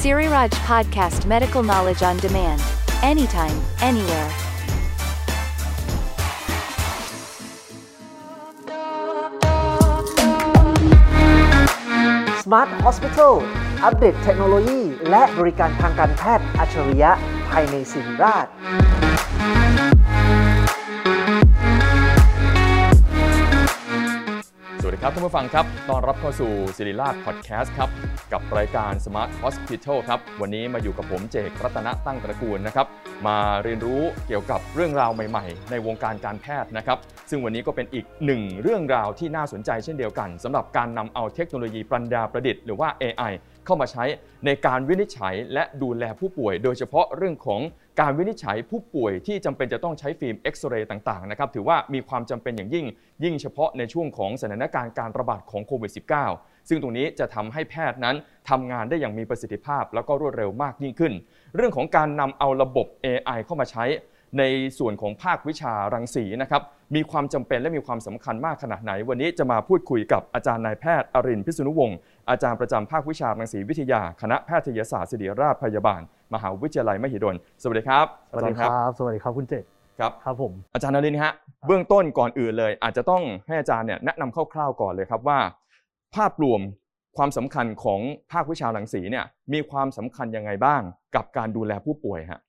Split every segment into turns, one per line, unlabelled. Siriraj Podcast Medical Knowledge on Demand. Anytime, anywhere.
Smart Hospital อัปเดตเทคโนโลยี และบริการทางการแพทย์อัจฉริยะภายในสิริราช
สวัสดีครับท่านผู้ฟังครับ ต้อนรับเข้าสู่ศิริราชพอดแคสต์ครับ กับรายการ Smart Hospital ครับ วันนี้มาอยู่กับผมเจกรัตนะตั้งตระกูลนะครับ มาเรียนรู้เกี่ยวกับเรื่องราวใหม่ๆ ในวงการการแพทย์นะครับ ซึ่งวันนี้ก็เป็นอีกหนึ่งเรื่องราวที่น่าสนใจเช่นเดียวกันสำหรับการนำเอาเทคโนโลยีปัญญาประดิษฐ์หรือว่า AI เข้ามาใช้ในการวินิจฉัยและดูแลผู้ป่วย โดยเฉพาะเรื่องของการวินิจฉัยผู้ป่วยที่จำเป็นจะต้องใช้ฟิล์มเอ็กซเรย์ต่างๆนะครับถือว่ามีความจำเป็นอย่างยิ่ง ยิ่งเฉพาะในช่วงของสถานการณ์การระบาดของโควิด -19 ซึ่งตรงนี้จะทำให้แพทย์นั้นทำงานได้อย่างมีประสิทธิภาพ แล้วก็รวดเร็วมากยิ่งขึ้น เรื่องของการนำเอาระบบ AI เข้ามาใช้ ในส่วนของภาควิชารังสีนะครับ มีความจำเป็นและมีความสำคัญมากขนาดไหน วันนี้จะมาพูดคุยกับอาจารย์นายแพทย์อรินทร์พิษณุวงศ์อาจารย์ประจำภาควิชารังสีวิทยา คณะแพทยศาสตร์ศิริราชพยาบาล มหาวิทยาลัยมหิดลสวัสดีครับ
สวัสดีค
อาจาย์
รับ สวัสดีครับคุณเจษ
ครับ
ครับผม
อาจารย์นรินทร์ฮะเบื้องต้นก่อนอื่นเลย อาจจะต้องให้อาจารย์เนี่ยแนะนำคร่าวๆก่อนเลยครับว่า ภาพรวมความสำคัญของภาควิชารังสีเนี่ยมีความสำคัญยังไงบ้าง กับการดูแลผู้ป่วยฮะ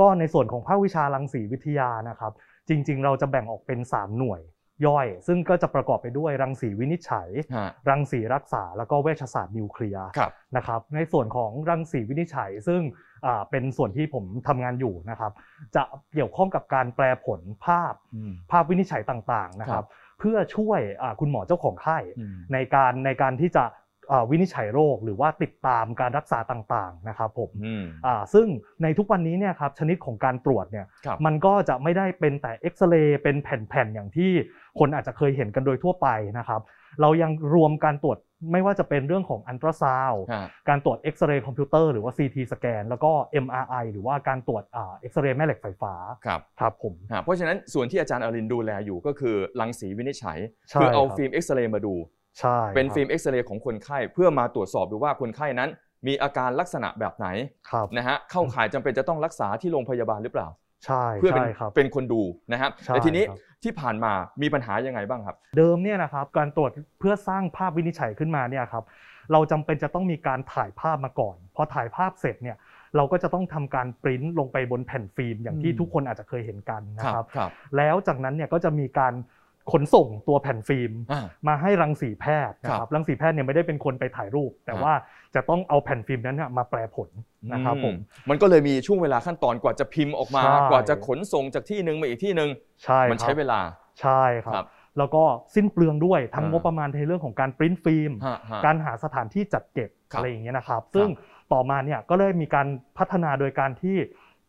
ก็ในส่วนของภาควิชารังสีวิทยานะครับ จริง ๆ เราจะแบ่งออกเป็น 3 หน่วยย่อย ซึ่งก็จะประกอบไปด้วยรังสีวินิจฉัย
ฮะ
รังสีรักษา แล้วก็เวชศาสตร์นิวเคลียร์
ครับ
นะครับ ในส่วนของรังสีวินิจฉัย ซึ่งอ่าเป็นส่วนที่ผมทำงานอยู่นะครับ จะเกี่ยวข้องกับการแปลผลภาพ
อืม
ภาพวินิจฉัยต่างๆนะค
ครั
รับ บ เพื่อช่วยอ่าคุณหมอเจ้าของไข้
อืม
ในการในการที่จะอ่าวินิจฉัยโรค หรือว่าติดตามการรักษาต่างๆนะครับผม
อืม
อ่าซึ่งในทุกวันนี้เนี่ยครับชนิดของการตรวจเนี่ย
ครับ
มันก็จะไม่ได้เป็นแต่เอ็กซเรย์เป็นแผ่นๆอย่างที่คนอาจจะเคยเห็นกันโดยทั่วไปนะครับ เรายังรวมการตรวจไม่ว่าจะเป็นเรื่องของอันตราซาว
ฮะ
การตรวจเอ็กซเรย์คอมพิวเตอร์หรือว่า CT สแกนแล้วก็ MRI หรือว่าการตรวจอ่าเอ็กซเรย์แม่เหล็กไฟฟ้า
ครับ
ครับผม
ฮะเพราะฉะนั้นส่วนที่อาจารย์อรินดูแลอยู่ก็คือรังสีวินิจฉัย
ใช่
คือเอา
ครับ
ฟิล์มเอ็กซเรย์มาดู
ใช่
เป็น
ครับ
ฟิล์มเอ็กซเรย์ของคนไข้เพื่อมาตรวจสอบดูว่าคนไข้นั้น มีอาการลักษณะแบบไหน
ครับ
นะฮะเข้าข่ายจำเป็นจะต้องรักษาที่โรงพยาบาลหรือเปล่า
ใช่
เพื่อเป็น
ใช่ครับ
เป็นคนดูนะครับ
ใช่
แต่ทีนี้
ครับ
ที่ผ่านมามีปัญหายังไงบ้างครับ
เดิมเนี่ยนะครับการตรวจเพื่อสร้างภาพวินิจฉัยขึ้นมาเนี่ยครับเราจำเป็นจะต้องมีการถ่ายภาพมาก่อน พอถ่ายภาพเสร็จเนี่ยเราก็จะต้องทำการปริ้นลงไปบนแผ่นฟิล์มอย่างที่
อืม
ทุกคนอาจจะเคยเห็นกันนะครับ
ครับ
แล้วจากนั้นเนี่ยก็จะมีการขนส่งตัวแผ่นฟิล์ม
อ่า
มาให้รังสีแพทย์นะ
ค
ค
รั
รั
บบ
รังสีแพทย์เนี่ยไม่ได้เป็นคนไปถ่ายรูป แต่ว่าจะต้องเอาแผ่นฟิล์มนั้นน่ะมาแปลผลนะครับผม
อื มันก็เลยมีช่วงเวลาขั้นตอนกว่าจะพิมพ์ออกมา
ใช่
กว่าจะขนส่งจากที่หนึ่งมาอีกที่หนึ่ง
ใช่
มัน
ค
ใช้
รับ
เวลา
ใช่ค
ครั
รับ บแล้วก็สิ้นเปลืองด้วยทั้งงบประมาณในเรื่องของการปริ้นฟิล์ม
ฮะฮะ
การหาสถานที่จัดเก็บ
ครับ
อะไรอย่างเงี้ยนะครับ ซึ่งต่อมาเนี่ยก็เลยมีการพัฒนาโดยการที่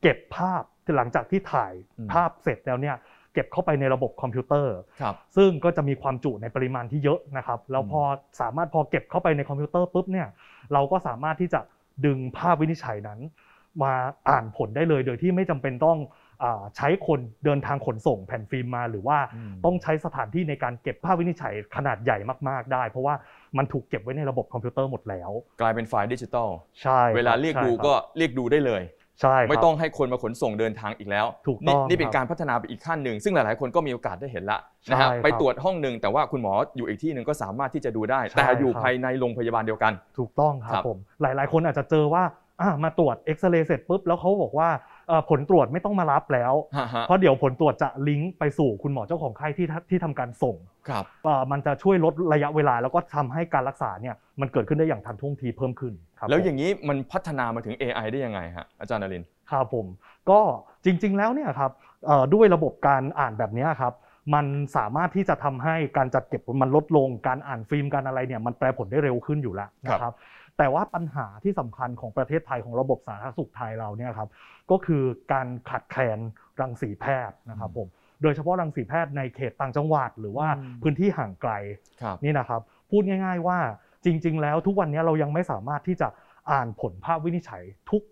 เก็บภาพหลังจากที่ถ่าย
อืม
ภาพเสร็จแล้วเนี่ยเก็บเข้าไปในระบบคอมพิวเตอร์
ครับ
ซึ่งก็จะมีความจุในปริมาณที่เยอะนะครับแล้วพอสามารถพอเก็บเข้าไปในคอมพิวเตอร์ปุ๊บเนี่ยเราก็สามารถที่จะดึงภาพวินิจฉัยนั้น มาอ่านผลได้เลย โดยที่ไม่จำเป็นต้องอาใช้คนเดินทางขนส่งแผ่นฟิล์มมา หรือว่า
อืม
ต้องใช้สถานที่ในการเก็บภาพวินิจฉัยขนาดใหญ่มากๆได้ เพราะว่ามันถูกเก็บไว้ในระบบคอมพิวเตอร์หมดแล้ว
กลายเป็นไฟล์ดิจิตอล
ใช่
เวลาเรียกดูก็เรียกดูได้เลย
ใช่ครับ
ไม่ต้องให้คนมาขนส่งเดินทางอีกแล้ว
ถูกต้อง
นี่นี่เป็น
ครับ
การพัฒนาไปอีกขั้นหนึ่ง ซึ่งหลาย ๆ คนก็มีโอกาสได้เห็นละนะฮะ
ใช่ครับ
ไปตรวจห้องหนึ่งแต่ว่าคุณหมออยู่อีกที่หนึ่งก็สามารถที่จะดูได้
ใช่
แต่อยู่
ครับ
ภายในโรงพยาบาลเดียวกัน
ถูกต้องครั
ครับ บ
ผมหลายๆ คนอาจจะเจอว่าอ่ะมาตรวจเอ็กซเรย์เสร็จปุ๊บแล้วเขาบอกว่าเอ่อผลตรวจไม่ต้องมารับแล้ว
ฮะฮะ
เพราะเดี๋ยวผลตรวจจะลิงก์ไปสู่คุณหมอเจ้าของไข้ที่ท่าที่ทำการส่ง
ครับ
เอ่อมันจะช่วยลดระยะเวลาแล้วก็ทำให้การรักษาเนี่ยมันเกิดขึ้นได้อย่างทันท่วงทีเพิ่มขึ้นครับ
แล้ว
ผม
อย่างนี้มันพัฒนามาถึง AI ได้ยังไงฮะอาจารย์นรินทร์
ครับผมก็จริงๆแล้วเนี่ยครับเอ่อด้วยระบบการอ่านแบบเนี้ยครับมันสามารถที่จะทำให้การจัดเก็บมันลดลงการอ่านฟิล์มการอะไรเนี่ยมันแปลผลได้เร็วขึ้นอยู่แล้ว
ครับ
นะครับ แต่ว่าปัญหาที่สำคัญของประเทศไทยของระบบสาธารณสุขไทยเราเนี่ยครับก็คือการขาดแคลนรังสีแพทย์นะครับผมโดยเฉพาะรังสีแพทย์ในเขตต่างจังหวัด หรือว่าพื้นที่ห่างไกล
ครับ
นี่นะครับพูดง่ายๆว่าจริง ๆ แล้วทุกวันนี้เรายังไม่สามารถที่จะอ่านผลภาพวินิจฉัยทุก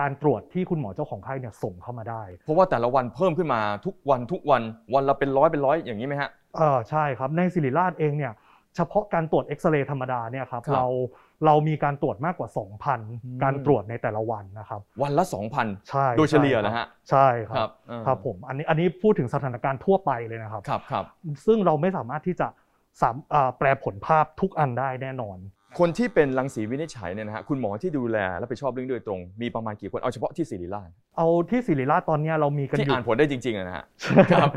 การตรวจที่คุณหมอเจ้าของไข้เนี่ยส่งเข้ามาได้
เพราะว่าแต่ละวันเพิ่มขึ้นมาทุกวันทุกวันวันละเป็นร้อยเป็นร้อยอย่างนี้ไหมฮะ
เออใช่ครับในศิริราชเองเนี่ย เฉพาะการตรวจเอ็กซเรย์ธรรมดาเนี่ยครับ
ครับ
เราเรามีการตรวจมากกว่า
ม
2,000 การตรวจในแต่ละวันนะครับ
วันละ 2,000
ใช่
โดยเฉลี่ยนะฮะ
ใช่ครับ
เออ
ครับผมอันนี้อันนี้พูดถึงสถานการณ์ทั่วไปเลยนะครับ
ครับครับ
ซึ่งเราไม่สามารถที่จะสามอ่าแปลผลภาพทุกอันได้แน่นอน
คนที่เป็นรังสีวินิจฉัยเนี่ยนะฮะคุณหมอที่ดูแลและไปชอบเรื่องโดยตรง มีประมาณกี่คนเอาเฉพาะที่ศิริราช
เอาที่ศิริราชตอนเนี้ยเรามีกัน
ที่
อยู่
อ่านผลได้จริงๆอะนะฮะ ครับ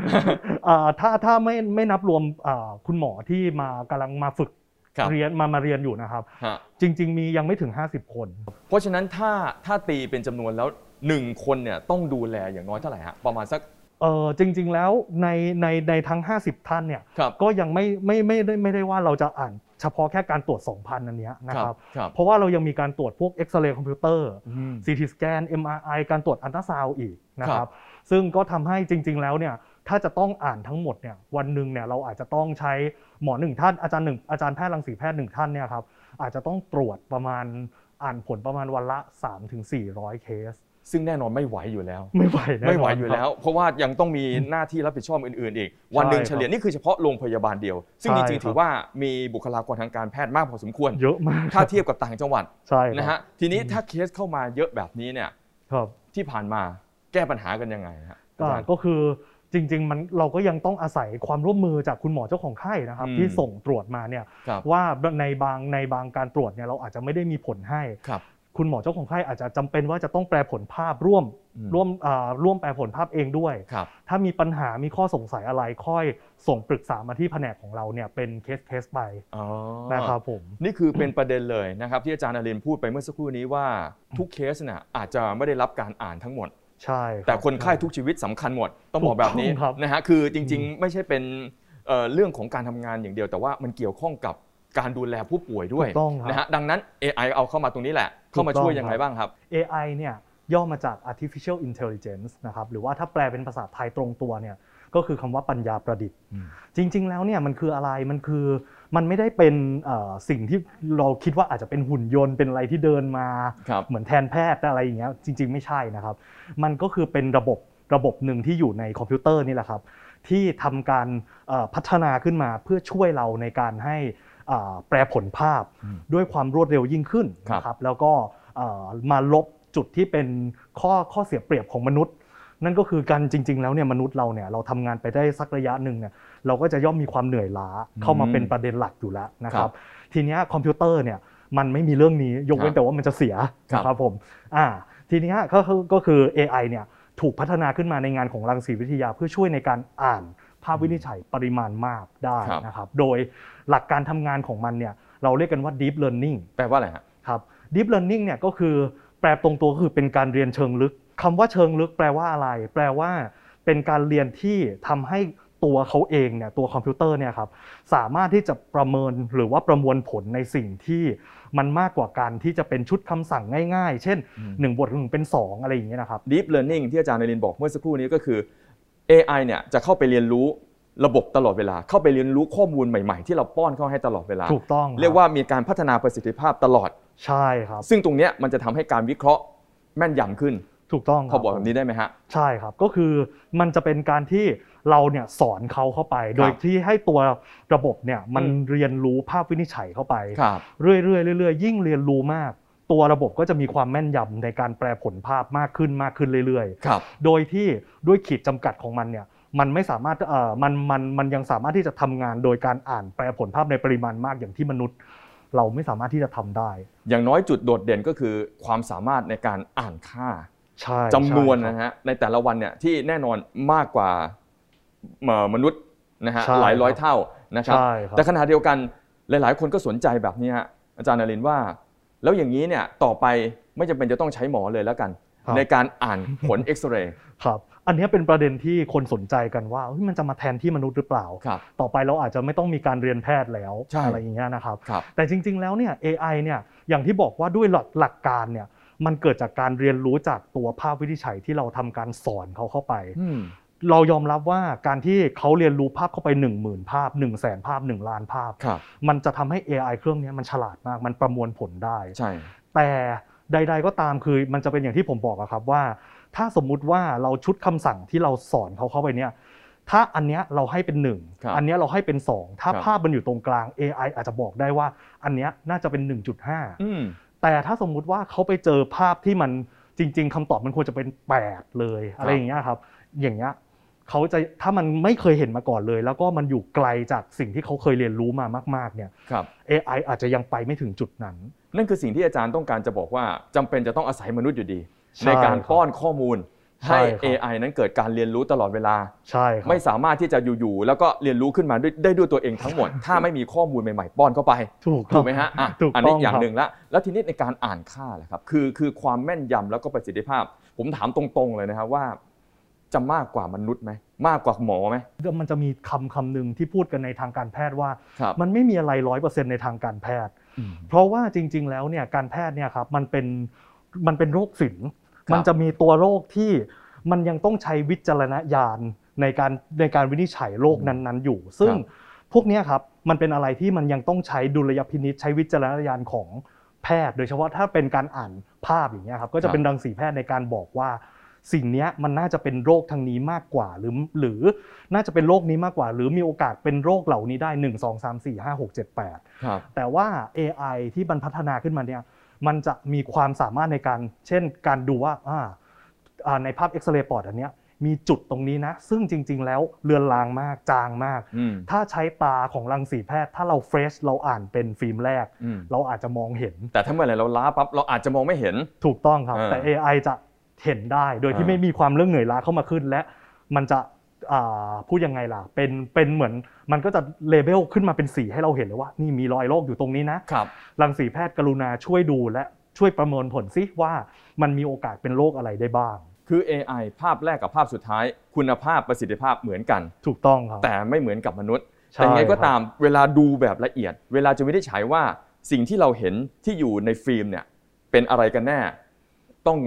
อ่าถ้าถ้าไม่ไม่นับรวมอ่าคุณหมอที่มากำลังมาฝึก
ครับ
เรียนมามาเรียนอยู่นะครับ
ฮะ
จริง ๆ มียังไม่ถึง 50 คน
เพราะฉะนั้นถ้าถ้าตีเป็นจำนวนแล้วหนึ่งคนเนี่ยต้องดูแลอย่างน้อยเท่าไหร่ฮะประมาณสัก
เออจริง ๆ แล้วในในในทั้ง 50 ท่านเนี่ย
ครับ
ก็ยังไม่ไม่ไม่ได้ไม่ได้ว่าเราจะอ่านเฉพาะแค่การตรวจ 2,000 อันเนี้ยนะครับ
ครับ
เพราะว่าเรายังมีการตรวจพวกเอ็กซเรย์คอมพิวเตอร์
อืม
ซีทีสแกน MRI การตรวจอันตราซาวด์อีกนะค
ครั
รับ บ ซึ่งก็ทำให้จริง ๆ แล้วเนี่ย ถ้าจะต้องอ่านทั้งหมดเนี่ย วันหนึ่งเนี่ยเราอาจจะต้องใช้หมอหนึ่งท่าน อาจารย์หนึ่งอาจารย์แพทย์รังสีแพทย์หนึ่งท่านเนี่ยครับ อาจจะต้องตรวจประมาณอ่านผลประมาณวันละ 3-400 เคส
ซึ่งแน่นอนไม่ไหวอยู่แล้ว
ไม่ไหวแน่นอน
ไม่ไหวอยู่แล้ว
ครับ
เพราะว่ายังต้องมีหน้าที่รับผิดชอบอื่นๆอีก วันหนึ่งเฉลี่ยนี่คือเฉพาะโรงพยาบาลเดียว ซึ่ง
ใช่
จริงๆ
ครับ
ถือว่ามีบุคลากรทางการแพทย์มากพอสมควร
เยอะมาก
ถ้าเทียบกับต่างจังหวัด
ใช่ครับ
นะฮะทีนี้ถ้าเคสเข้ามาเยอะแบบนี้เนี่ย
ครับ
ที่ผ่านมาแก้ปัญหากันยังไงฮะอา
ก็
จารย์
ก็คือจริงๆมันเราก็ยังต้องอาศัยความร่วมมือจากคุณหมอเจ้าของไข้นะครับ
อืม
ที่ส่งตรวจมาเนี่ย
ครับ
ว่าในบางในบางการตรวจเนี่ยเราอาจจะไม่ได้มีผลให้
ครับ
คุณหมอเจ้าของไข้อาจจะจำเป็นว่าจะต้องแปลผลภาพร่วม
อืม
ร่วมอ่าร่วมแปลผลภาพเองด้วย
ครับ
ถ้ามีปัญหามีข้อสงสัยอะไรค่อยส่งปรึกษามาที่แผนกของเราเนี่ยเป็นเคสเคสไป
อ๋อ
นะครับผม
นี่คือเป็นประเด็นเลยนะครับที่อาจารย์อรินทร์พูดไปเมื่อสักครู่นี้ว่าทุกเคสน่ะอาจจะไม่ได้รับการอ่านทั้งหมด
ใช่รับ
แต่คนไข้ทุกชีวิตสำคัญหมด ต้องบอกแบบนี้
ถูกต้องครับ
นะฮะคือจริงๆ ไม่ใช่เป็นเอ่อเรื่องของการทำงานอย่างเดียว แต่ว่ามันเกี่ยวข้องกับการดูแลผู้ป่วยด้วย
ถูกต้องครับ
นะฮะดังนั้น AI เอาเข้ามาตรงนี้แหละ เข้ามาช่วยยังไง
ถูกต้องครับ
บ้างครับ
AI เนี่ยย่อมาจาก artificial intelligence นะครับหรือว่าถ้าแปลเป็นภาษาไทยตรงตัวเนี่ยก็คือคำว่าปัญญาประดิษฐ์
อืม
จริง ๆ แล้วเนี่ยมันคืออะไรมันคือมันไม่ได้เป็นเอ่อสิ่งที่เราคิดว่าอาจจะเป็นหุ่นยนต์เป็นอะไรที่เดินมา
ครับ
เหมือนแทนแพทย์อะไรอย่างเงี้ยจริง ๆ ไม่ใช่นะครับ มันก็คือเป็นระบบระบบหนึ่งที่อยู่ในคอมพิวเตอร์นี่แหละครับ ที่ทำการเอ่อพัฒนาขึ้นมาเพื่อช่วยเราในการให้เอ่อแปลผลภาพ
อืม
ด้วยความรวดเร็วยิ่งขึ้น
ครับ
นะครับแล้วก็เอ่อมาลบจุดที่เป็นข้อข้อเสียเปรียบของมนุษย์ นั่นก็คือการจริง ๆ แล้วเนี่ยมนุษย์เราเนี่ยเราทำงานไปได้สักระยะหนึ่งเนี่ยเราก็จะย่อมมีความเหนื่อยล้าเข้ามาเป็นประเด็นหลักอยู่แล้วนะค
ครั
รับ บ ทีเนี้ยคอมพิวเตอร์เนี่ยมันไม่มีเรื่องนี้ยก
ครั
เว้น
บ
แต่ว่ามันจะเสีย
ครับ
นะครับผมอ่าทีเนี้ยก็คือก็คือ AI เนี่ยถูกพัฒนาขึ้นมาในงานของรังสีวิทยา เพื่อช่วยในการอ่านภาพวินิจฉัยปริมาณมากได้
ครับ
นะครับโดยหลักการทำงานของมันเนี่ยเราเรียกกันว่า deep learning
แปลว่าอะไรฮะ
ครับ deep learning เนี่ยก็คือแปลตรงตัวก็คือเป็นการเรียนเชิงลึกคำว่าเชิงลึกแปลว่าอะไร แปลว่าเป็นการเรียนที่ทำให้ตัวเขาเองเนี่ยตัวคอมพิวเตอร์เนี่ยครับสามารถที่จะประเมินหรือว่าประมวลผลในสิ่งที่มันมากกว่าการที่จะเป็นชุดคำสั่งง่าย ๆ เช่น
อืม
1บวกหนึ่งเป็น 2 อะไรอย่างเงี้ยนะครับ
Deep Learning ที่อาจารย์นรินทร์บอกเมื่อสักครู่นี้ก็คือ AI เนี่ยจะเข้าไปเรียนรู้ระบบตลอดเวลา เข้าไปเรียนรู้ข้อมูลใหม่ๆ ที่เราป้อนเข้าให้ตลอดเวลา
ถูกต้อง
เรียกว่ามีการพัฒนาประสิทธิภาพตลอด
ใช่ครับ
ซึ่งตรงเนี้ยมันจะทำให้การวิเคราะห์แม่นยำขึ้น
ถูกต้อง
พ
ครั
อบ บอกแบบนี้ได้ไหมฮะ
ใช่ครับก็คือมันจะเป็นการที่เราเนี่ยสอนเขาเข้าไป โดยที่ให้ตัวระบบเนี่ยมัน
อืม
เรียนรู้ภาพวินิจฉัยเข้าไป
ครับ
เรื่อยๆเรื่อยๆยิ่งเรียนรู้มาก ตัวระบบก็จะมีความแม่นยำในการแปลผลภาพมากขึ้นมากขึ้นเรื่อย
ครับ
ๆ โดยที่ด้วยขีดจำกัดของมันเนี่ยมันไม่สามารถเอ่อมันมันมันยังสามารถที่จะทำงานโดยการอ่านแปลผลภาพในปริมาณมากอย่างที่มนุษย์ เราไม่สามารถที่จะทำได้
อย่างน้อยจุดโดดเด่นก็คือความสามารถในการอ่านค่า
ใช่
จำนวน
ใช่ครับ
นะฮะในแต่ละวันเนี่ยที่แน่นอนมากกว่าเอ่อมนุษย์นะฮะ
ใช่
หลายร้อยเท่านะครับ
ใช่ครับ
แต่ขณะเดียวกันหลาย ๆ คนก็สนใจแบบนี้ฮะอาจารย์นรินทร์ว่า แล้วอย่างนี้เนี่ยต่อไปไม่จำเป็นจะต้องใช้หมอเลยแล้วกัน
ครับ
ในการอ่านผลเอ็กซเรย์
ครับอันเนี้ยเป็นประเด็นที่คนสนใจกันว่าเฮ้ยมันจะมาแทนที่มนุษย์หรือเปล่า
ครับ
ต่อไปเราอาจจะไม่ต้องมีการเรียนแพทย์แล้ว
ใช่
อะไรอย่างเงี้ยนะครับ
ครับ
แต่จริง ๆ แล้วเนี่ย AI เนี่ยอย่างที่บอกว่าด้วยหลักหลักการเนี่ยมันเกิดจากการเรียนรู้จากตัวภาพวินิจฉัยที่เราทำการสอนเขาเข้าไป
อืม
เรายอมรับว่าการที่เขาเรียนรู้ภาพเข้าไป 1 0,000 ภาพ 1 0 0 0 0แสนภาพ 1 ล้านภาพ
ครับ
มันจะทำให้ AI เครื่องเนี้ยมันฉลาดมากมันประมวลผลได้
ใช่
แต่ใด ๆ ก็ตามคือมันจะเป็นอย่างที่ผมบอกอะครับว่า ถ้าสมมุติว่าเราชุดคำสั่งที่เราสอนเขาเข้าไปเนี่ย ถ้าอันเนี้ยเราให้เป็นหนึ่ง
ครับ
อันเนี้ยเราให้เป็นสองถ้า
ครับ
ภาพมันอยู่ตรงกลาง AI อาจจะบอกได้ว่าอันเนี้ยน่าจะเป็น 1.5
อืม
แต่ถ้าสมมุติว่าเขาไปเจอภาพที่มันจริง ๆคำตอบมันควรจะเป็น 8 เลยอะไรอย่างเงี้ยครับ อย่างเงี้ยเขาจะถ้ามันไม่เคยเห็นมาก่อนเลย แล้วก็มันอยู่ไกลจากสิ่งที่เขาเคยเรียนรู้มามากๆเนี่ย
ครับ
AI อาจจะยังไปไม่ถึงจุดนั้น
นั่นคือสิ่งที่อาจารย์ต้องการจะบอกว่าจำเป็นจะต้องอาศัยมนุษย์อยู่ดี
ใช่
ในการป้อนข้อมูลให้
ใช่ครับ
AI นั้นเกิดการเรียนรู้ตลอดเวลา
ใช่ครับ
ไม่สามารถที่จะอยู่ๆแล้วก็เรียนรู้ขึ้นมาด้วยได้ด้วยตัวเองทั้งหมด ถ้าไม่มีข้อมูลใหม่ๆป้อนเข้าไป
ถูก
ถูกไหมฮะอ่ะ
ถูก
อัน
ต้
นี้
อง
อย่าง
ครับ
หนึ่งละแล้วทีนี้ในการอ่านค่าแหละครับคือคือความแม่นยำแล้วก็ประสิทธิภาพ ผมถามตรงๆเลยนะครับว่า จะมากกว่ามนุษย์ไหมมากกว่าหมอไหม
มันจะมีคำคำหนึ่งที่พูดกันในทางการแพทย์ว่า
ครับ
มันไม่มีอะไรร้อยเปอร์เซ็นต์ในทางการแพทย์
อืม
เพราะว่าจริง ๆ แล้วเนี่ยการแพทย์เนี่ยครับมันเป็นมันเป็นโรคศิลป์
ครับ
มันจะมีตัวโรคที่มันยังต้องใช้วิจารณญาณในการในการวินิจฉัยโรคนั้นๆ อยู่ ซึ่ง
ครับ
พวกเนี้ยครับมันเป็นอะไรที่มันยังต้องใช้ดุลยพินิษใช้วิจารณญาณของแพทย์ โดยเฉพาะถ้าเป็นการอ่านภาพอย่างเงี้ยครับก็จะเป็นรังสีแพทย์ในการบอกว่า สิ่งเนี้ยมันน่าจะเป็นโรคทางนี้มากกว่าหรือหรือน่าจะเป็นโรคนี้มากกว่า หรือมีโอกาสเป็นโรคเหล่านี้ได้ 1 2 3 4 5 6 7 8
ครับ
แต่ว่า AI ที่มันพัฒนาขึ้นมาเนี่ย มันจะมีความสามารถในการ เช่น การดูว่าอ่าอ่าในภาพเอ็กซเรย์ปอดอันเนี้ย มีจุดตรงนี้นะ ซึ่งจริง ๆ แล้วเลือนลางมาก จางมาก
อืม
ถ้าใช้ตาของรังสีแพทย์ ถ้าเราเฟรช เราอ่านเป็นฟิล์มแรก
อืม
เราอาจจะมองเห็น
แต่ถ้าเมื่อไหร่เราล้าปั๊บเราอาจจะมองไม่เห็น
ถูกต้องครับ
อ่า
แต่ AI จะเห็นได้ โดยที่
อ่า
ไม่มีความเรื่องเหนื่อยล้าเข้ามาขึ้น และมันจะอ่าพูดยังไงล่ะ เป็น เป็นเหมือน มันก็จะเลเบลขึ้นมาเป็นสีให้เราเห็นเลยว่า นี่มีรอยโรคอยู่ตรงนี้นะ
ครับ
รังสีแพทย์กรุณาช่วยดูและช่วยประเมินผลซิว่ามันมีโอกาสเป็นโรคอะไรได้บ้าง
คือ AI ภาพแรกกับภาพสุดท้าย คุณภาพประสิทธิภาพเหมือนกัน
ถูกต้องครับ
แต่ไม่เหมือนกับมนุษย์
ใช่
แต่ยังไงก็
ครับ
ตามเวลาดูแบบละเอียด เวลาจะวินิจฉัยว่าสิ่งที่เราเห็นที่อยู่ในฟิล์มเนี่ยเป็นอะไรกันแน่ ต้อง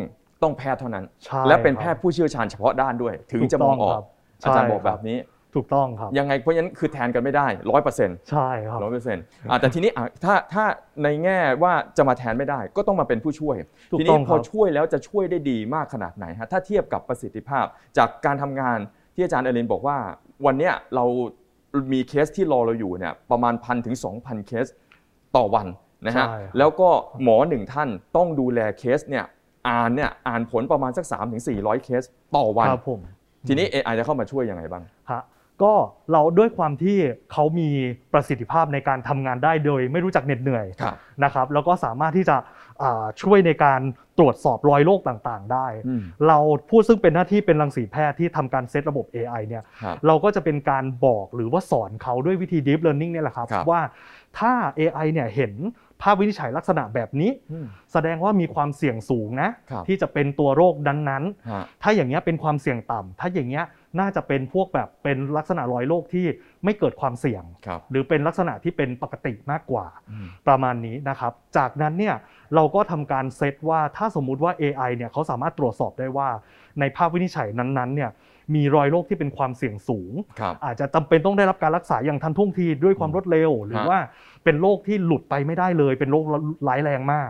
ต้องแพทย์เท่านั้น
ใช่
และเป็นแพท
ค
ย์
รับ
ผู้เชี่ยวชาญเฉพาะด้านด้วย ถึง
ถู
จะมองออ
ต้ค
ก
บ
อาจารย์
ใช่
บอกแบบนี้
ถูกต้องครับ
ยังไงเพราะฉะนั้นคือแทนกันไม่ได้ร้อยเปอร์เซ็นต์
ใช่ครับ
ร้อยเปอร์เซ็นต์แต่ทีนี้อ่ะถ้าถ้าในแง่ว่าจะมาแทนไม่ได้ ก็ต้องมาเป็นผู้ช่วย
ถูก
ที
ต้
นี้
อง
พ
ค
อ
รับ
ช่วยแล้วจะช่วยได้ดีมากขนาดไหนฮะถ้าเทียบกับประสิทธิภาพ จากการทำงานที่อาจารย์เอเลนบอกว่า วันเนี้ยเรามีเคสที่รอเราอยู่เนี่ยประมาณพันถึง 2,000 เคสต่อวันนะฮะ
ใช่ครับ
แล้วก็หมอหนึ่งท่านต้องดูแลเคสเนี่ยอ่านเนี่ยอ่านผลประมาณสัก 3-400 เคสต่อวัน
ครับผม
ทีนี้ AI จะเข้ามาช่วยยังไงบ้าง
ฮะก็เราด้วยความที่เขามีประสิทธิภาพในการทำงานได้โดย ไม่รู้จักเหน็ดเหนื่อย
ครับ
นะครับ แล้วก็สามารถที่จะอ่าช่วยในการตรวจสอบรอยโรคต่างๆ ได้
อืม
เราผู้ซึ่งเป็นหน้าที่เป็นรังสีแพทย์ที่ทำการเซตระบบ AI เนี่ย
ครับ
เราก็จะเป็นการบอกหรือว่าสอนเขาด้วยวิธี deep learning เนี่ยแหละครับ
ครับ
ว่าถ้า AI เนี่ยเห็นภาพวินิจฉัยลักษณะแบบนี้
อืม
แสดงว่ามีความเสี่ยงสูงนะ
ครับ
ที่จะเป็นตัวโรคนั้น
ฮะ
ๆถ้าอย่างเงี้ยเป็นความเสี่ยงต่ำถ้าอย่างเงี้ยน่าจะเป็นพวกแบบเป็นลักษณะรอยโรคที่ไม่เกิดความเสี่ยง
ครับ
หรือเป็นลักษณะที่เป็นปกติมากกว่า
อืม
ประมาณนี้นะครับ จากนั้นเนี่ยเราก็ทำการเซตว่าถ้าสมมุติว่า AI เนี่ยเขาสามารถตรวจสอบได้ว่า ในภาพวินิจฉัยนั้นๆเนี่ยมีรอยโรคที่เป็นความเสี่ยงสูง
ครับ
อาจจะจำเป็นต้องได้รับการรักษาอย่างทันท่วงทีด้วยความรวดเร็ว หรือว่าเป็นโรคที่หลุดไปไม่ได้เลย เป็นโรคร้ายแรงมาก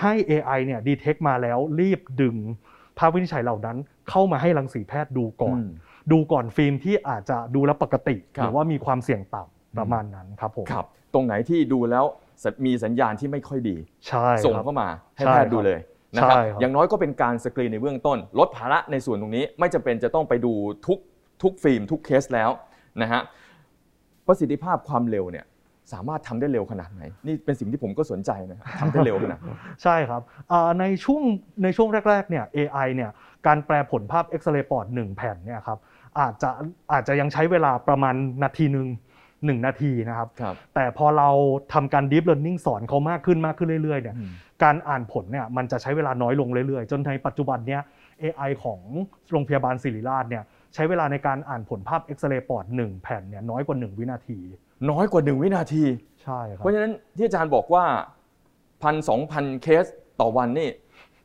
ให้ AI เนี่ยดีเทคมาแล้วรีบดึงภาพวินิจฉัยเหล่านั้น เข้ามาให้รังสีแพทย์ดูก่อน
อืม
ดูก่อนฟิล์มที่อาจจะดูแลวปกติ
ครับ
หรือว่ามีความเสี่ยงต่ำประมาณนั้นครับผม
ครับ ตรงไหนที่ดูแล้วมีสัญญาณที่ไม่ค่อยดี
ใช่
ส่ง
ครับ
เข้ามาให้
ใช่
แพ
ครั
ท
บ
ย์ดูเลยนะครับ
ใช่ครับ
อย่างน้อยก็เป็นการสกรีนในเบื้องต้น ลดภาระในส่วนตรงนี้ไม่จำเป็นจะต้องไปดูทุกทุกฟิล์มทุกเคสแล้วนะฮะประสิทธิภาพความเร็วเนี่ยสามารถทำได้เร็วขนาดไหน นี่เป็นสิ่งที่ผมก็สนใจนะครับทำได้เร็วขนาดไหน
ใช่ ครับอ่าในช่วงในช่วงแรกๆเนี่ย AI เนี่ยการแปลผลภาพเอ็กซเรย์ปอดหนึ่งแผ่นเนี่ยครับอาจจะอาจจะยังใช้เวลาประมาณนาทีหนึ่งหนึ่งนาทีนะครับ
ครับ
แต่พอเราทำการ Deep Learning สอนเขามากขึ้นมากขึ้นเรื่อยๆเนี่ย
อืม
การอ่านผลเนี่ยมันจะใช้เวลาน้อยลงเรื่อยๆ จนในปัจจุบันเนี่ย AI ของโรงพยาบาลศิริราชเนี่ยใช้เวลาในการอ่านผลภาพเอ็กซเรย์ปอดหนึ่งแผ่นเนี่ยน้อยกว่า 1 วินาที
น้อยกว่าหนึ่งวินาที
ใช่ครับ
เพราะฉะนั้นที่อาจารย์บอกว่าพันสองพันเคสต่อวันนี่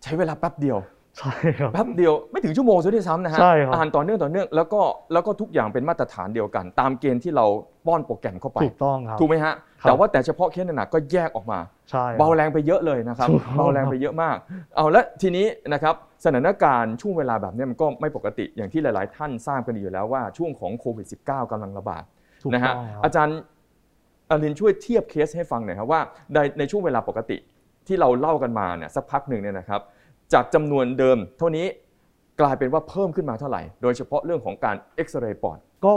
ใช้เวลาแป๊บเดียว
ใช่ครับ
แป๊บเดียวไม่ถึงชั่วโมงซะด้วยซ้ำนะฮะ
ใช่ครับ
อ่านต่อเนื่องต่อเนื่องแล้วก็แล้วก็ทุกอย่างเป็นมาตรฐานเดียวกัน ตามเกณฑ์ที่เราป้อนโปรแกรมเข้าไป
ถูกต้องครับ
ถูกไหมฮะ
ครับ
แต่ว่าแต่เฉพาะเคสหนักๆก็แยกออกมา
ใช่ครับ
เบาแรงไปเยอะเลยนะครับ
ถูกต้อง
เบาแรงไปเยอะมาก เอาและทีนี้นะครับสถานการณ์ช่วงเวลาแบบเนี้ยมันก็ไม่ปกติอย่างที่หลาย ๆ ท่านทราบกันดีอยู่แล้วว่าช่วงของโควิด -19 กำลังระบาด
ถูก
นะฮะ
ต้องครับ
อาจารย์อลินช่วยเทียบเคสให้ฟังหน่อยครับว่าในในช่วงเวลาปกติที่เราเล่ากันมาเนี่ยสักพักหนึ่งเนี่ยนะครับ จากจำนวนเดิม เท่านี้กลายเป็นว่าเพิ่มขึ้นมาเท่าไหร่ โดยเฉพาะเรื่องของการเอ็กซเรย์ปอด
ก็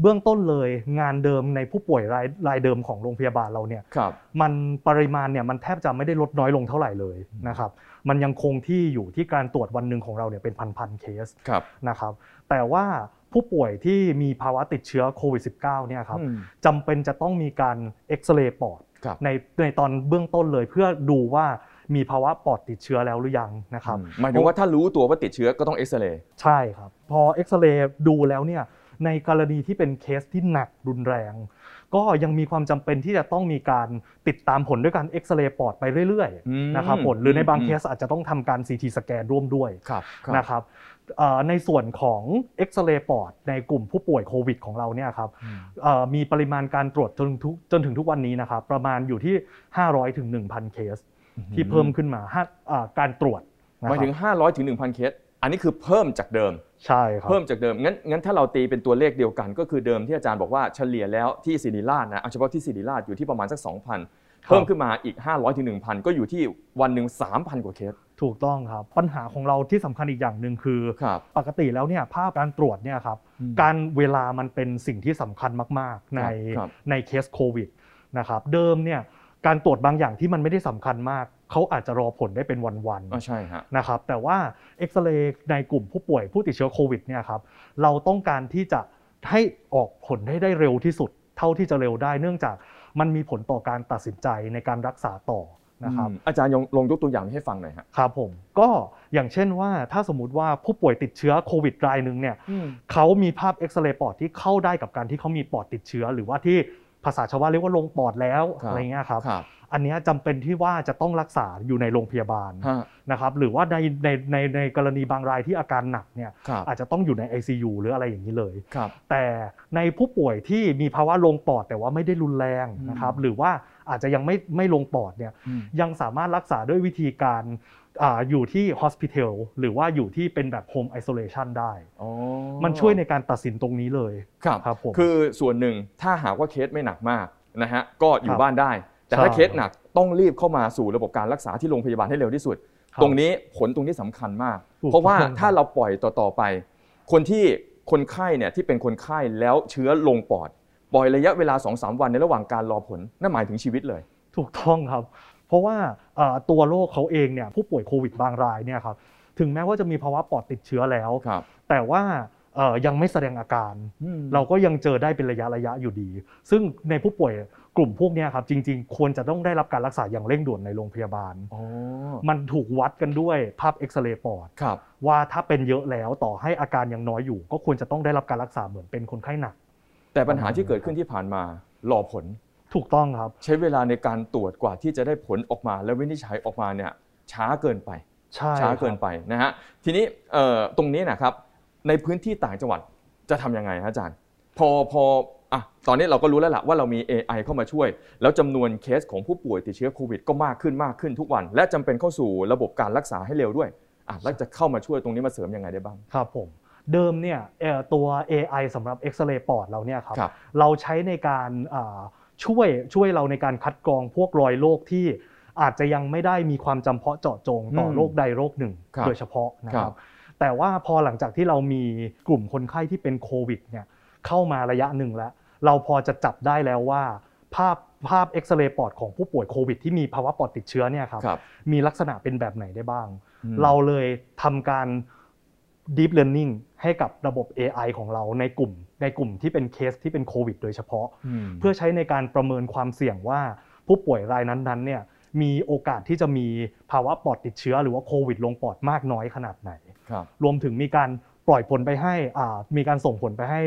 เบื้องต้นเลยงานเดิมในผู้ป่วยรายรายเดิมของโรงพยาบาลเราเนี่ย
ครับ
มันปริมาณเนี่ยมันแทบจะไม่ได้ลดน้อยลงเท่าไหร่เลยนะครับมันยังคงที่อยู่ที่การตรวจวันหนึ่งของเราเนี่ยเป็นพันๆเคส
ครับ
นะครับแต่ว่าผู้ป่วยที่มีภาวะติดเชื้อโควิด -19 เนี่ยครับ
อืม
จำเป็นจะต้องมีการเอ็กซเรย์ปอด
ครับ
ในในตอนเบื้องต้นเลยเพื่อดูว่ามีภาวะปอดติดเชื้อแล้วหรือยังนะครับ
อืมหมายถึงว่าถ้ารู้ตัวว่าติดเชื้อก็ต้องเอ็กซเรย์
ใช่ครับ พอเอ็กซเรย์ดูแล้วเนี่ยในกรณีที่เป็นเคสที่หนักรุนแรง ก็ยังมีความจำเป็นที่จะต้องมีการติดตามผลด้วยการเอ็กซเรย์ปอดไปเรื่อย
อืม
ๆนะครับผลหรือในบาง
อืม
เคสอาจจะต้องทำการซีทีสแกนร่วมด้วย
ครับ
นะครับเอ่อในส่วนของเอ็กซเรย์ปอดในกลุ่มผู้ป่วยโควิดของเราเนี่ยครับเอ่อมีปริมาณการตรวจจนทุกจนถึงทุกวันนี้นะครับประมาณอยู่ที่ 500ถึง1,000 เคส ที่เพิ่มขึ้นมาห้าเอ่อการตรวจนะ
ห
ค
มาย
รับ
ถึง 500ถึง1,000 เคส อันนี้คือเพิ่มจากเดิม
ใช่ครับ
เพิ่มจากเดิม งั้นงั้นถ้าเราตีเป็นตัวเลขเดียวกัน ก็คือเดิมที่อาจารย์บอกว่าเฉลี่ยแล้วที่ศิริราชนะเอาเฉพาะที่ศิริราชอยู่ที่ประมาณสัก 2,000 เพิ่มขึ้นมาอีก 500ถึง1,000 ก็อยู่ที่วันหนึ่ง3,000 กว่าเคส
ถูกต้องครับ ปัญหาของเราที่สำคัญอีกอย่างหนึ่งคือ
ครับ
ปกติแล้วเนี่ยภาพการตรวจเนี่ยครับ
อืม
การเวลามันเป็นสิ่งที่สำคัญมาก ๆ ใน
ครับ
ในเคสโควิดนะครับเดิมเนี่ยการตรวจบางอย่างที่มันไม่ได้สำคัญมาก เขาอาจจะรอผลได้เป็นวัน
อ๋อใช่ฮะ
ๆ นะครับแต่ว่าเอ็กซเรย์ในกลุ่มผู้ป่วยผู้ติดเชื้อโควิดเนี่ยครับเราต้องการที่จะให้ออกผลได้ได้เร็วที่สุด เท่าที่จะเร็วได้เนื่องจากมันมีผลต่อการตัดสินใจในการรักษาต่อนะครับ
อืมอาจารย์ลองลองยกตัวอย่างให้ฟังหน่อยฮะ
ครับผมก็อย่างเช่นว่าถ้าสมมติว่าผู้ป่วยติดเชื้อโควิดรายหนึ่งเนี่ยเขามีภาพเอ็กซเรย์ปอดที่เข้าได้กับการที่เขามีปอดติดเชื้อ หรือว่าที่ภาษาชาวบ้านเรียกว่าลงปอดแล้ว
ครับ
อะไรเงี้ยครับ
ครับ
อันเนี้ยจำเป็นที่ว่าจะต้องรักษาอยู่ในโรงพยาบาล
ฮะ
นะครับหรือว่าในในในในกรณีบางรายที่อาการหนักเนี่ย
ครับ
อาจจะต้องอยู่ใน ICU หรืออะไรอย่างนี้เลย
ครับ
แต่ในผู้ป่วยที่มีภาวะลงปอดแต่ว่าไม่ได้รุนแรงนะครับหรือว่าอาจจะยังไม่ไม่ลงปอดเนี่ย
อืม
ยังสามารถรักษาด้วยวิธีการอาอยู่ที่ hospital หรือว่าอยู่ที่เป็นแบบ home isolation ได้
อ๋อ
มันช่วยในการตัดสินตรงนี้เลย
ครับ
ครับผม
คือส่วนหนึ่งถ้าหากว่าเคสไม่หนักมากนะฮะ ก็อ
ค
ยู่
รับ
บ้านได้ แต่ถ้า
ใช่
เคสหนักต้องรีบเข้ามาสู่ระบบการรักษาที่โรงพยาบาลให้เร็วที่สุด
คบ
ตรงนี้ผลตรงนี้สำคัญมาก
ถูก
เพราะว่า
ต้องครับ
ถ้าเราปล่อยต่อ ๆ ไป คนที่คนไข้เนี่ยที่เป็นคนไข้แล้วเชื้อลงปอด ปล่อยระยะเวลา 2-3 วันในระหว่างการรอผล นั่นหมายถึงชีวิตเลย
ถูกต้องครับ เพราะว่าเอ่อตัวโรคเขาเองเนี่ยผู้ป่วยโควิดบางรายเนี่ยครับถึงแม้ว่าจะมีภาวะปอดติดเชื้อแล้ว
ครับ
แต่ว่าเอ่อยังไม่แสดงอาการ เราก็ยังเจอได้เป็นระยะระยะอยู่ดี ซึ่งในผู้ป่วยกลุ่มพวกเนี้ครับจริง ๆ ควรจะต้องได้รับการรักษาอย่างเร่งด่วนในโรงพยาบาล
อ๋อ
มันถูกวัดกันด้วยภาพเอ็กซเรย์ปอด
ครับ
ว่าถ้าเป็นเยอะแล้วต่อให้อาการยังน้อยอยู่ ก็ควรจะต้องได้รับการรักษาเหมือนเป็นคนไข้หนัก
แต่ปัญหาที่เกิดขึ้นที่ผ่านมารอผล
ถูกต้องครับ
ใช้เวลาในการตรวจกว่าที่จะได้ผลออกมา และวินิจฉัยออกมาเนี่ยช้าเกินไป
ใช่
ช้าเกิน
ครับ
ไปนะฮะทีนี้เอ่อตรงนี้นะครับในพื้นที่ต่างจังหวัดจะทำยังไงฮะอาจารย์ พอพออ่ะตอนนี้เราก็รู้แล้วล่ะว่าเรามี AI เข้ามาช่วย แล้วจำนวนเคสของผู้ป่วยติดเชื้อโควิดก็มากขึ้นมากขึ้นทุกวัน และจำเป็นเข้าสู่ระบบการรักษาให้เร็วด้วยอ่ะแล้วจะเข้ามาช่วยตรงนี้มาเสริมยังไงได้บ้าง
ครับผมเดิมเนี่ยเอ่อตัว AI สำหรับเอ็กซเรย์ปอดเราเนี่ยครับ
ครับ
เราใช้ในการอ่าช่วยช่วยเราในการคัดกรองพวกรอยโรคที่อาจจะยังไม่ได้มีความจำเพาะเจาะจงต่ออ
ม
โรคใดโรคหนึ่ง
ครับ
โดยเฉพาะนะค
ครั
รับ บ แต่ว่าพอหลังจากที่เรามีกลุ่มคนไข้ที่เป็นโควิดเนี่ยเข้ามาระยะหนึ่งแล้ว เราพอจะจับได้แล้วว่า ภาพภาพเอ็กซเรย์ปอดของผู้ป่วยโควิดที่มีภาวะปอดติดเชื้อเนี่ยครับ
ครับ
มีลักษณะเป็นแบบไหนได้บ้าง
อืม
เราเลยทำการ deep learning ให้กับระบบ AI ของเราในกลุ่ม ในกลุ่มที่เป็นเคสที่เป็นโควิดโดยเฉพาะ เพื่อใช้ในการประเมินความเสี่ยงว่าผู้ป่วยรายนั้นๆเนี่ยมีโอกาสที่จะมีภาวะปอดติดเชื้อหรือว่าโควิดลงปอดมากน้อยขนาดไหน
ครับ
รวมถึงมีการปล่อยผลไปให้อ่ามีการส่งผลไปให้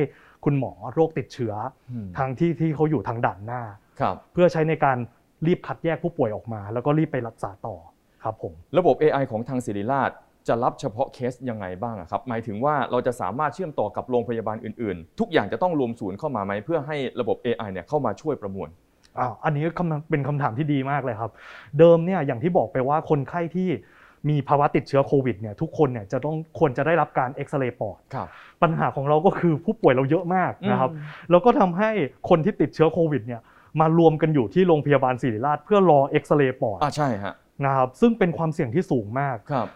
คุณหมอโรคติดเชื้อ
อืม
ทางที่ที่เขาอยู่ทางด่านหน้า
ครับ
เพื่อใช้ในการรีบคัดแยกผู้ป่วยออกมา แล้วก็รีบไปรักษาต่อครับผม
ระบบ AI ของทางศิริราชจะรับเฉพาะเคสยังไงบ้างอะครับหมายถึงว่าเราจะสามารถเชื่อมต่อกับโรงพยาบาลอื่น ๆ ทุกอย่างจะต้องรวมศูนย์เข้ามาไหมเพื่อให้ระบบ AI เนี่ยเข้ามาช่วยประมวล
อ้าวอันนี้คำเป็นคำถามที่ดีมากเลยครับ เดิมเนี่ยอย่างที่บอกไปว่าคนไข้ที่มีภาวะติดเชื้อโควิดเนี่ยทุกคนเนี่ยจะต้องควรจะได้รับการเอ็กซเรย์ปอด
ครับ
ปัญหาของเราก็คือผู้ป่วยเราเยอะมากนะครับ แล้วก็ทำให้คนที่ติดเชื้อโควิดเนี่ยมารวมกันอยู่ที่โรงพยาบาลศิริราชเพื่อรอเอ็กซเรย์ปอด
อ่าใช่ฮะ
นะครับซึ่งเป็นความเสี่ยงที่สูงมาก
ครับ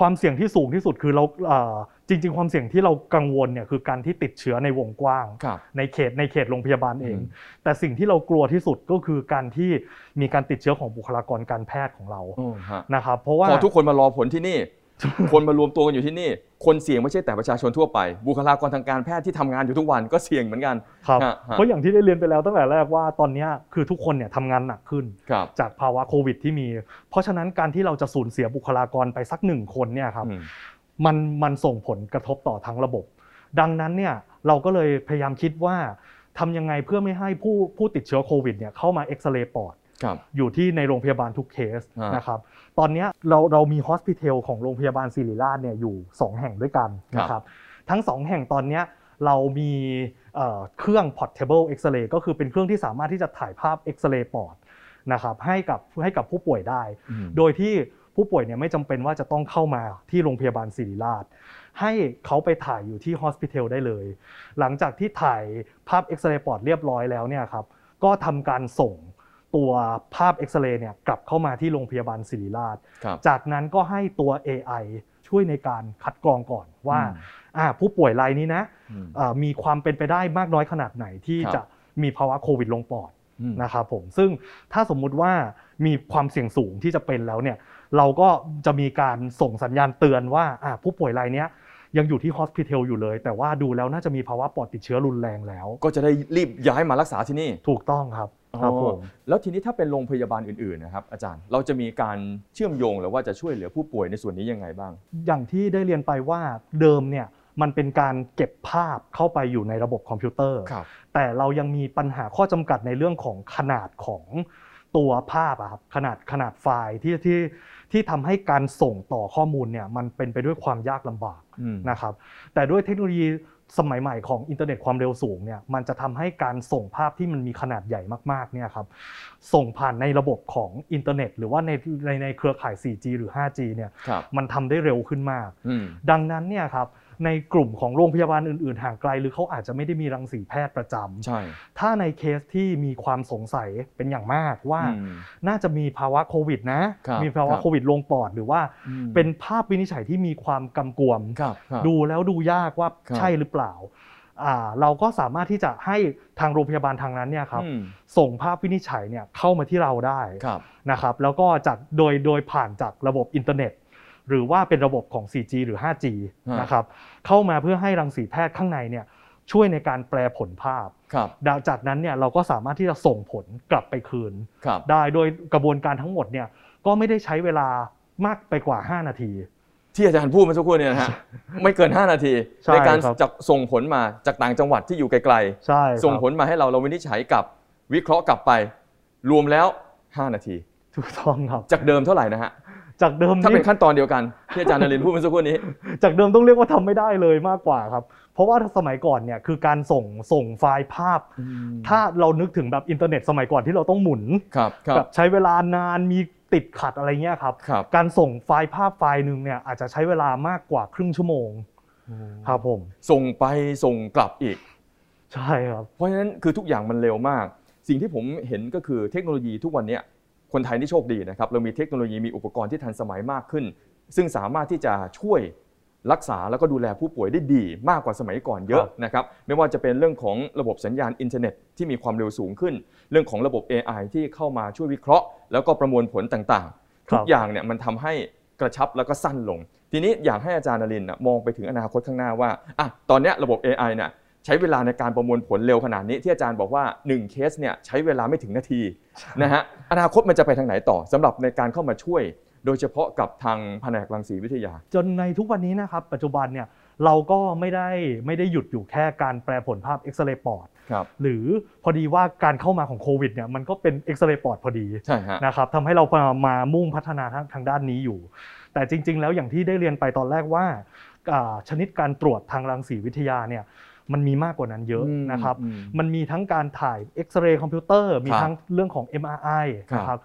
ความเสี่ยงที่สูงที่สุดคือเราเอ่อจริง ๆ ความเสี่ยงที่เรากังวลเนี่ยคือการที่ติดเชื้อในวงกว้าง
ครับ
ในเขตในเขตโรงพยาบาลเอง
อืม
แต่สิ่งที่เรากลัวที่สุดก็คือการที่มีการติดเชื้อของบุคลากรการแพทย์ของเรา
โอ้ฮะ
นะครับ เพราะว่า
พอทุกคนมารอผลที่นี่ คนมารวมตัวกันอยู่ที่นี่ คนเสี่ยงไม่ใช่แต่ประชาชนทั่วไป บุคลากรทางการแพทย์ที่ทำงานอยู่ทุกวันก็เสี่ยงเหมือนกัน
ครับ
ฮะฮะ
เพราะอย่างที่ได้เรียนไปแล้วตั้งแต่แรกว่าตอนเนี้ยคือทุกคนเนี่ยทำงานหนักขึ้น
ครับ
จากภาวะโควิดที่มี เพราะฉะนั้นการที่เราจะสูญเสียบุคลากรไปสักหนึ่งคนเนี่ยครับ
อืม
มันมันส่งผลกระทบต่อทั้งระบบ ดังนั้นเนี่ยเราก็เลยพยายามคิดว่าทำยังไงเพื่อไม่ให้ผู้ผู้ติดเชื้อโควิดเนี่ยเข้ามาเอ็กซเรย์ปอด
ครับ
อยู่ที่ในโรงพยาบาลทุกเคส
อ่าน
นะครับ ตอนเนี้ยเราเรามีฮอสพิทอลของโรงพยาบาลศิริราชเนี่ยอยู่ 2 แห่งด้วยกันนะครับ ทั้ง 2 แห่งตอนเนี้ยเรามีเอ่อเครื่อง portable X-ray ก็คือเป็นเครื่องที่สามารถที่จะถ่ายภาพ X-ray ปอดนะครับให้กับให้กับผู้ป่วยได้
อืม
โดยที่ผู้ป่วยเนี่ยไม่จำเป็นว่าจะต้องเข้ามาที่โรงพยาบาลศิริราช ให้เขาไปถ่ายอยู่ที่ฮอสพิทอลได้เลย หลังจากที่ถ่ายภาพเอ็กซเรย์ปอดเรียบร้อยแล้วเนี่ยครับก็ทำการส่งตัวภาพเอ็กซเรย์เนี่ยกลับเข้ามาที่โรงพยาบาลศิริราช
ครับ
จากนั้นก็ให้ตัว AI ช่วยในการคัดกรองก่อนว่า
อืม
อ่าผู้ป่วยรายนี้นะ
อืม
เอ่อมีความเป็นไปได้มากน้อยขนาดไหนที่
ครับ
จะมีภาวะโควิดลงปอด
อืม
นะครับผมซึ่งถ้าสมมุติว่ามีความเสี่ยงสูงที่จะเป็นแล้วเนี่ยเราก็จะมีการส่งสัญญาณเตือนว่าอ่ะผู้ป่วยรายเนี้ยยังอยู่ที่ฮอสพิทอลอยู่เลย แต่ว่าดูแล้วน่าจะมีภาวะปอดติดเชื้อรุนแรงแล้ว
ก็จะได้รีบย้ายมารักษาที่นี่
ถูกต้องครับครับผ
อ๋
ม
อแล้วทีนี้ถ้าเป็นโรงพยาบาลอื่นๆนะครับอาจารย์ เราจะมีการเชื่อมโยงหรือว่าจะช่วยเหลือผู้ป่วยในส่วนนี้ยังไงบ้าง
อย่างที่ได้เรียนไปว่าเดิมเนี่ยมันเป็นการเก็บภาพเข้าไปอยู่ในระบบคอมพิวเตอร์
ครับ
แต่เรายังมีปัญหาข้อจำกัดในเรื่องของขนาดของตัวภาพอะครับขนาดขนาดไฟล์ที่ที่ที่ทำให้การส่งต่อข้อมูลเนี่ยมันเป็นไปด้วยความยากลำบาก นะครับแต่ด้วยเทคโนโลยีสมัยใหม่ของอินเทอร์เน็ตความเร็วสูงเนี่ยมันจะทำให้การส่งภาพที่มันมีขนาดใหญ่มากๆเนี่ยครับส่งผ่านในระบบของอินเทอร์เน็ต หรือว่าในในในเครือข่าย 4G หรือ 5G เนี่ย
ครับ
มันทำได้เร็วขึ้นมาก
อืม
ดังนั้นเนี่ยครับในกลุ่มของโรงพยาบาลอื่นๆ ห่างไกล หรือเขาอาจจะไม่ได้มีรังสีแพทย์ประจำ
ใช่
ถ้าในเคสที่มีความสงสัยเป็นอย่างมากว่า
อืม
น่าจะมีภาวะโควิดนะครับ มีภาวะ
ครับ
โควิดลงปอด หรือว่า
อืม
เป็นภาพวินิจฉัยที่มีความกำกวม
ครับครับ
ดูแล้วดูยากว่า
ครับ
ใช่หรือเปล่าอ่า เราก็สามารถที่จะให้ทางโรงพยาบาลทางนั้นเนี่ยครับ
อืม
ส่งภาพวินิจฉัยเนี่ยเข้ามาที่เราได้
ครับ
นะครับแล้วก็จากโดยโดยผ่านจากระบบอินเทอร์เน็ต หรือว่าเป็นระบบของ 4G หรือ 5G
ฮะ
นะครับเข้ามาเพื่อให้รังสีแพทย์ข้างในเนี่ยช่วยในการแปลผลภาพ
ครับ
ดาจากนั้นเนี่ยเราก็สามารถที่จะส่งผลกลับไปคืน
ครับ
ได้โดยกระบวนการทั้งหมดเนี่ยก็ไม่ได้ใช้เวลามากไปกว่า 5 นาที
ที่อาจารย์พูดเมาสักครู่เนี่ยนะฮะ ไม่เกิน 5 นาที
ใช่
ในการ
ครับ
จับส่งผลมาจากต่างจังหวัดที่อยู่ไกล
ใช่ครับ
ๆ ส่งผลมาให้เราเราวินิจฉัยกลับวิเคราะห์กลับไป รวมแล้ว 5 นาที
ถูกต้องครับ
จากเดิมเท่าไหร่นะฮะ
จากเดิม
ถ้าเป็น
นี่
ขั้นตอนเดียวกันที่อาจารย์นรินทร์พูดเมื่อสักครู่นี้
จากเดิมต้องเรียกว่าทำไม่ได้เลยมากกว่าครับ เพราะว่าสมัยก่อนเนี่ยคือการส่งส่งไฟล์ภาพ ถ้าเรานึกถึงแบบอินเทอร์เน็ตสมัยก่อนที่เราต้องหมุน
ครับครั
แบบ บใช้เวลานานมีติดขัดอะไรเงี้ยครับ
ครับ
การส่งไฟล์ภาพไฟล์หนึ่งเนี่ยอาจจะใช้เวลามากกว่าครึ่งชั่วโมงครับผม
ส่งไปส่งกลับอีก
ใช่ครับ
เพราะฉะนั้นคือทุกอย่างมันเร็วมาก สิ่งที่ผมเห็นก็คือเทคโนโลยีทุกวันเนี้ยคนไทยนี่โชคดีนะครับ เรามีเทคโนโลยีมีอุปกรณ์ที่ทันสมัยมากขึ้น ซึ่งสามารถที่จะช่วยรักษาแล้วก็ดูแลผู้ป่วยได้ดี มากกว่าสมัยก่อนเยอะ
ครับ
นะครับไม่ว่าจะเป็นเรื่องของระบบสัญญาณอินเทอร์เน็ตที่มีความเร็วสูงขึ้น เรื่องของระบบ AI ที่เข้ามาช่วยวิเคราะห์ แล้วก็ประมวลผลต่างๆ ทุกอย่างเนี่ยมันทำให้กระชับแล้วก็สั้นลง ทีนี้อยากให้อาจารย์นรินทร์น่ะมองไปถึงอนาคตข้างหน้าว่าอ่ะตอนเนี้ยระบบ AI เนี่ย ใช้เวลาในการประมวลผลเร็วขนาดนี้ที่อาจารย์บอกว่า 1 เคสเนี่ยใช้เวลาไม่ถึงนาทีนะฮะอนาคตมันจะไปทางไหนต่อสำหรับในการเข้ามาช่วย โดยเฉพาะกับทางแผนกรังสีวิทยา
จนในทุกวันนี้นะครับปัจจุบันเนี่ยเราก็ไม่ได้ไม่ได้หยุดอยู่แค่การแปลผลภาพเอ็กซเรย์ปอด
ครับ
หรือพอดีว่าการเข้ามาของโควิดเนี่ยมันก็เป็นเอ็กซเรย์ปอดพอดี
ใช่ฮะ
นะครับทำให้เรามามามุ่งพัฒนาทางทางด้านนี้อยู่ แต่จริง ๆ แล้วอย่างที่ได้เรียนไปตอนแรกว่าอ่าชนิดการตรวจทางรังสีวิทยาเนี่ย มันมีมากกว่านั้นเยอะนะครับ
อืม
มันมีทั้งการถ่ายเอ็กซเรย์คอมพิวเตอร์ มี
ครับ
ทั้งเรื่องของ MRI
ครับ
นะครับ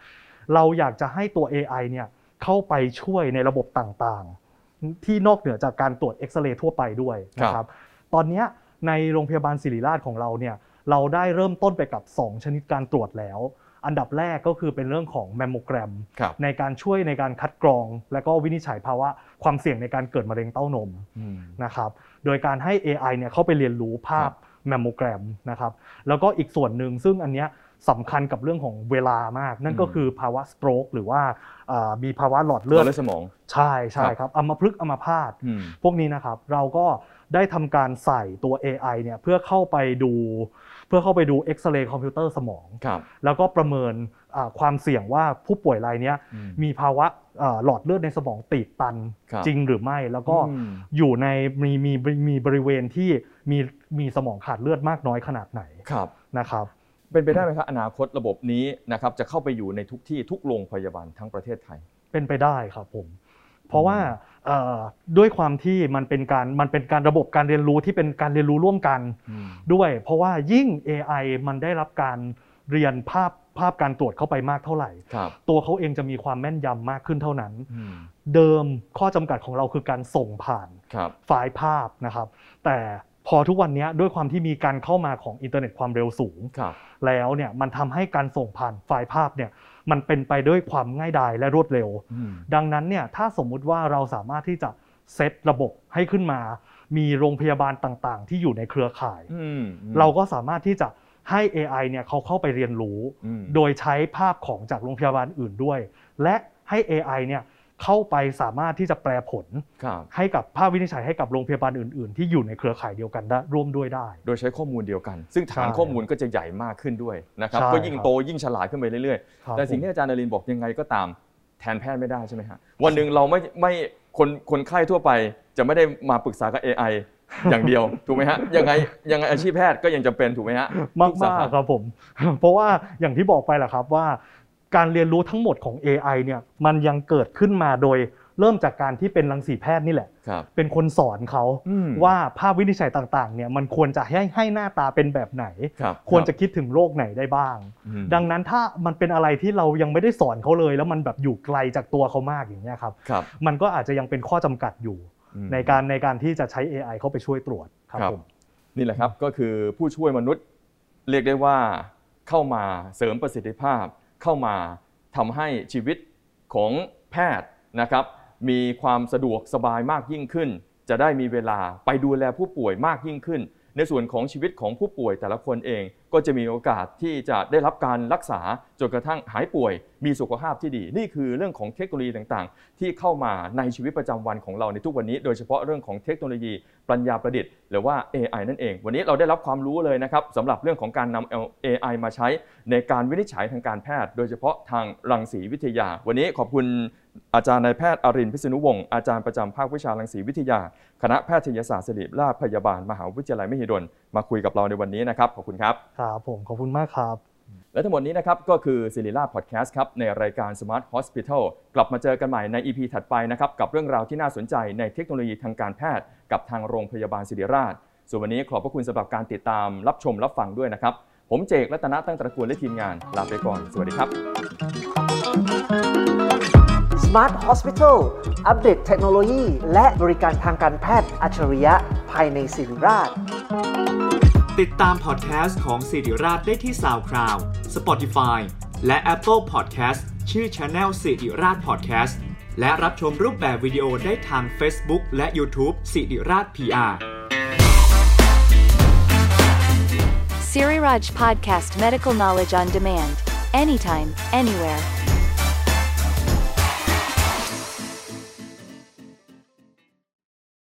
เราอยากจะให้ตัว AI เนี่ยเข้าไปช่วยในระบบต่างๆ ที่นอกเหนือจากการตรวจเอ็กซเรย์ทั่วไปด้วยนะครับ ตอนเนี้ยในโรงพยาบาลศิริราชของเราเนี่ยเราได้เริ่มต้นไปกับ 2 ชนิดการตรวจแล้ว อันดับแรกก็คือเป็นเรื่องของแมมโมแกรม
ครับ
ในการช่วยในการคัดกรอง และก็วินิจฉัยภาวะความเสี่ยงในการเกิดมะเร็งเต้านม
อืม
นะครับโดยการให้ AI เนี่ยเข้าไปเรียนรู้ภา
ครั
พ
บ
แมมโมแกรมนะครับแล้วก็อีกส่วนหนึ่งซึ่งอันเนี้ยสำคัญกับเรื่องของเวลามาก นั่นก็
อืม
คือภาวะสโตรกหรือว่าอ่ามีภาวะหลอด
เลื
เลื
อ
อ
ด
ด
และสมอง
ใช่ใช่ครับอัมพฤกษ์อัมพาต
อืม
พวกนี้นะครับเราก็ได้ทำการใส่ตัว AI เนี่ยเพื่อเข้าไปดู เพื่อเข้าไปดูเอ็กซเรย์คอมพิวเตอร์สมอง
ครับ
แล้วก็ประเมินอ่าความเสี่ยงว่าผู้ป่วยรายเนี้ย
อืม
มีภาวะอ่าหลอดเลือดในสมองตีบตัน
ครับ
จริงหรือไม่แล้วก็
อืม
อยู่ในมีมีมีบริเวณที่มีมีสมองขาดเลือดมากน้อยขนาดไหน
ครับ
นะครับ
เป็นไปได้ไหมครับอนาคตระบบนี้นะครับจะเข้าไปอยู่ในทุกที่ทุกโรงพยาบาลทั้งประเทศไทย
เป็นไปได้ครับผม เพราะว่าเอ่อด้วยความที่มันเป็นการมันเป็นการระบบการเรียนรู้ที่เป็นการเรียนรู้ร่วมกันด้วย เพราะว่ายิ่ง AI มันได้รับการเรียนภาพภาพการตรวจเข้าไปมากเท่าไหร่
ครับ
ตัวเขาเองจะมีความแม่นยำมากขึ้นเท่านั้น เดิมข้อจำกัดของเราคือการส่งผ่าน
ครับ
ไฟล์ภาพนะครับ แต่พอทุกวันนี้ด้วยความที่มีการเข้ามาของอินเทอร์เน็ตความเร็วสูง
ครับ
แล้วเนี่ยมันทำให้การส่งผ่านไฟล์ภาพเนี่ยมันเป็นไปด้วยความง่ายดายและรวดเร็ว ดังนั้นเนี่ยถ้าสมมุติว่าเราสามารถที่จะเซตระบบให้ขึ้นมา มีโรงพยาบาลต่างๆ ที่อยู่ในเครือข่าย
อืม
เราก็สามารถที่จะให้ AI เนี่ยเขาเข้าไปเรียนรู้
อืม
โดยใช้ภาพของจากโรงพยาบาลอื่นด้วย และให้ AI เนี่ยเข้าไปสามารถที่จะแปลผล
ครับ
ให้กับภาพวินิจฉัยให้กับโรงพยาบาลอื่น ๆ ที่อยู่ในเครือข่ายเดียวกันได้ร่วมด้วยได้
โดยใช้ข้อมูลเดียวกัน ซึ่งฐาน
ใช่
ข้อมูลก็จะใหญ่มากขึ้นด้วยนะครับ
ใช่
ก็ยิ่ง
ครับ
โตยิ่งฉลาดขึ้นไปเรื่อย
ครับ
ๆ แต่สิ่งที่อาจารย์นรินทร์บอกยังไงก็ตามแทนแพทย์ไม่ได้ใช่ไหมฮะวันหนึ่งเราไม่ไม่คนคนไข้ทั่วไปจะไม่ได้มาปรึกษากับ AI อย่างเดียว ถูกไหมฮะยังไงยังไงอาชีพแพทย์ก็ยังจำเป็นถูกไหมฮะ
มาก
ทุสข
มากครับผม เพราะว่าอย่างที่บอกไปแหละครับว่า การเรียนรู้ทั้งหมดของ AI เนี่ยมันยังเกิดขึ้นมาโดยเริ่มจากการที่เป็นรังสีแพทย์นี่แหละ
ครับ
เป็นคนสอนเขา
อืม
ว่าภาพวินิจฉัยต่างๆเนี่ยมันควรจะให้ให้หน้าตาเป็นแบบไหน
ครับ
ควรจะคิดถึงโรคไหนได้บ้าง
อืม
ดังนั้นถ้ามันเป็นอะไรที่เรายังไม่ได้สอนเขาเลย แล้วมันแบบอยู่ไกลจากตัวเขามากอย่างเงี้ยครับ
ครับ
มันก็อาจจะยังเป็นข้อจำกัดอยู่
อืม
ในการในการที่จะใช้ AI เข้าไปช่วยตรวจครับ
ครับ
ผม
นี่แหละครับก็คือผู้ช่วยมนุษย์เรียกได้ว่าเข้ามาเสริมประสิทธิภาพ เข้ามาทำให้ชีวิตของแพทย์นะครับ มีความสะดวกสบายมากยิ่งขึ้น จะได้มีเวลาไปดูแลผู้ป่วยมากยิ่งขึ้น ในส่วนของชีวิตของผู้ป่วยแต่ละคนเอง ก็จะมีโอกาสที่จะได้รับการรักษาจนกระทั่งหายป่วย มีสุขภาพที่ดี นี่คือเรื่องของเทคโนโลยีต่างๆ ที่เข้ามาในชีวิตประจำวันของเราในทุกวันนี้ โดยเฉพาะเรื่องของเทคโนโลยีปัญญาประดิษฐ์หรือว่า AI นั่นเอง วันนี้เราได้รับความรู้เลยนะครับสำหรับเรื่องของการนำ AI มาใช้ในการวินิจฉัยทางการแพทย์ โดยเฉพาะทางรังสีวิทยา วันนี้ขอบคุณ อาจารย์นายแพทย์อรินทร์พิษณุวงศ์อาจารย์ประจำภาควิชารังสีวิทยา คณะแพทยศาสตร์ศิริราชพยาบาล มหาวิทยาลัยมหิดลมาคุยกับเราในวันนี้นะครับ ขอบคุณครับ
ครับผมขอบคุณมากครับ
และทั้งหมดนี้นะครับก็คือศิริราชพอดแคสต์ครับ ในรายการ Smart Hospital กลับมาเจอกันใหม่ใน EP ถัดไปนะครับ กับเรื่องราวที่น่าสนใจในเทคโนโลยีทางการแพทย์ กับทางโรงพยาบาลศิริราช ส่วนวันนี้ขอบพระคุณสำหรับการติดตามรับชมรับฟังด้วยนะครับ ผมเจกรัตนะตั้งตระกูลและทีมงานลาไปก่อนสวัสดีครับ
Smart Hospital อัปเดตเทคโนโลยีและบริการทางการแพทย์อัจฉริยะภายในสิริราช
ติดตามพอดแคสต์ของสิริราชได้ที่ SoundCloud, Spotify และ Apple Podcast ชื่อ Channel สิริราช Podcast และรับชมรูปแบบวิดีโอได้ทาง Facebook และ YouTube สิริราช PR
Siriraj Podcast Medical Knowledge on Demand. Anytime, anywhere.